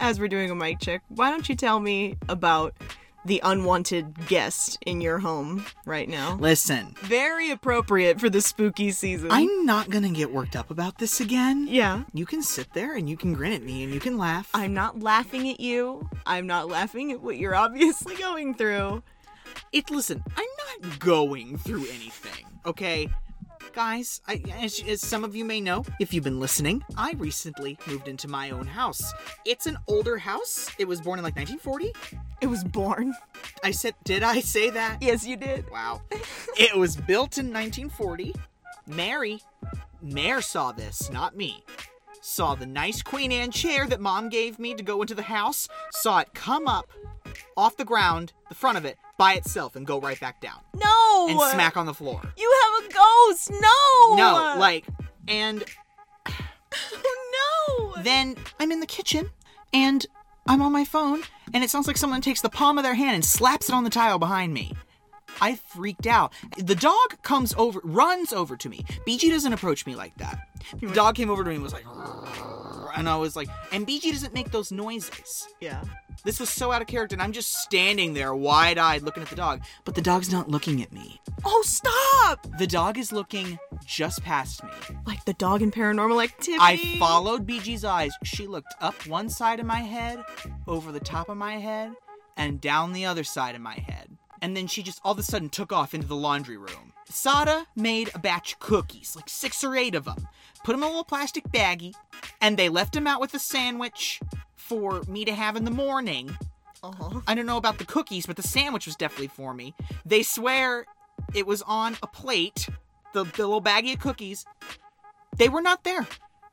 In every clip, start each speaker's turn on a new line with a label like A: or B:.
A: as we're doing a mic check, why don't you tell me about the unwanted guest in your home right now?
B: Listen,
A: Very appropriate for the spooky season.
B: I'm not gonna get worked up about this again.
A: yeah.
B: You can sit there and you can grin at me and you can laugh.
A: I'm not laughing at you. I'm not laughing at what you're obviously going through.
B: it listen, I'm not going through anything, okay? Guys, I, as, as some of you may know, if you've been listening, I recently moved into my own house. It's an older house. It was born in like 1940.
A: It was born.
B: I said, did I say that?
A: Yes, you did.
B: Wow. it was built in 1940. Mary, Mare saw this, not me. Saw the nice Queen Anne chair that mom gave me to go into the house, saw it come up off the ground, the front of it, by itself, and go right back down
A: No.
B: and smack on the floor.
A: You have a ghost. No.
B: No, like, and
A: Oh, no.
B: then I'm in the kitchen and I'm on my phone, and it sounds like someone takes the palm of their hand and slaps it on the tile behind me. I freaked out. The dog comes over, runs over to me. BG doesn't approach me like that. The dog came over to me and was like, "Grrr," and I was like, and BG doesn't make those noises.
A: yeah.
B: This was so out of character, and I'm just standing there wide eyed looking at the dog. But the dog's not looking at me.
A: Oh, stop.
B: The dog is looking just past me.
A: Like the dog in paranormal activity.
B: I followed BG's eyes. She looked up one side of my head, over the top of my head, and down the other side of my head. And then she just all of a sudden took off into the laundry room. Sada made a batch of cookies, like six or eight of them, put them in a little plastic baggie, and they left them out with a sandwich for me to have in the morning.
A: Uh-huh.
B: I don't know about the cookies, but the sandwich was definitely for me. They swear it was on a plate, the, the little baggie of cookies. They were not there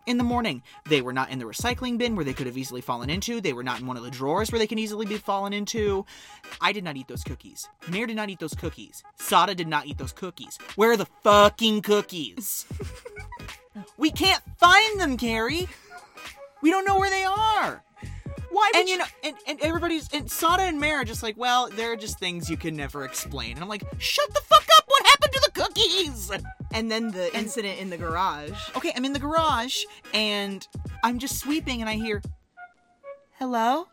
B: in the morning. They were not in the recycling bin where they could have easily fallen into. They were not in one of the drawers where they can easily be fallen into. I did not eat those cookies. Mir did not eat those cookies. Sada did not eat those cookies. Where are the fucking cookies? we can't find them, Carrie. We don't know where they are
A: Why would
B: and you know, and, and everybody's and Sada and Mare are just like, well, there are just things you can never explain. And I'm like, shut the fuck up! What happened to the cookies?
A: And then the incident in the garage.
B: Okay, I'm in the garage and I'm just sweeping and I hear, hello.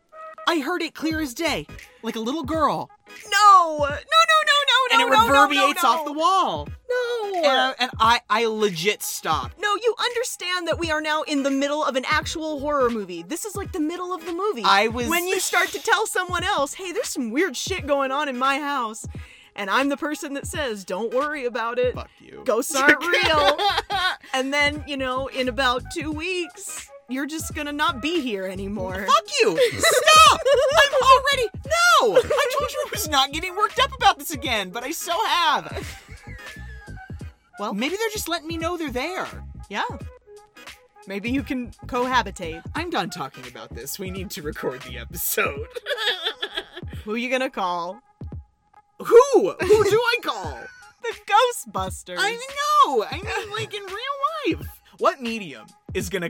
B: I heard it clear as day, like a little girl,
A: No. No, no, no, no,
B: and
A: no.
B: it
A: no, no,
B: reverberates
A: no, no.
B: off the wall.
A: No. Uh,
B: And, I, and I, I legit stopped.
A: no, you understand that we are now in the middle of an actual horror movie. This is like the middle of the movie.
B: I was-
A: When you start to tell someone else, hey, there's some weird shit going on in my house, and I'm the person that says, don't worry about it.
B: Fuck you.
A: Ghosts aren't real. and then, you know, in about two weeks, you're just gonna not be here anymore.
B: Fuck you! Stop! I'm already no. I told you I was not getting worked up about this again, but I so have. Well, maybe they're just letting me know they're there.
A: Yeah. Maybe you can cohabitate.
B: I'm done talking about this. We need to record the episode.
A: Who you gonna call?
B: Who? Who do I call?
A: The Ghostbusters.
B: I know. I mean, like in real life. What medium is gonna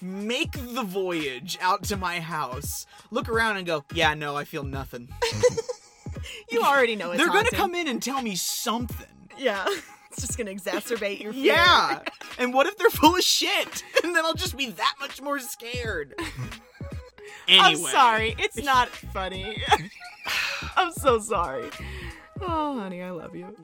B: make the voyage out to my house, look around and go, yeah, no, I feel nothing.
A: you already know it's
B: They're gonna
A: haunted.
B: come in and tell me something.
A: Yeah. It's just gonna exacerbate your fear.
B: Yeah. and what if they're full of shit? And then I'll just be that much more scared.
A: I'm sorry. It's not funny. I'm so sorry. Oh, honey, I love you.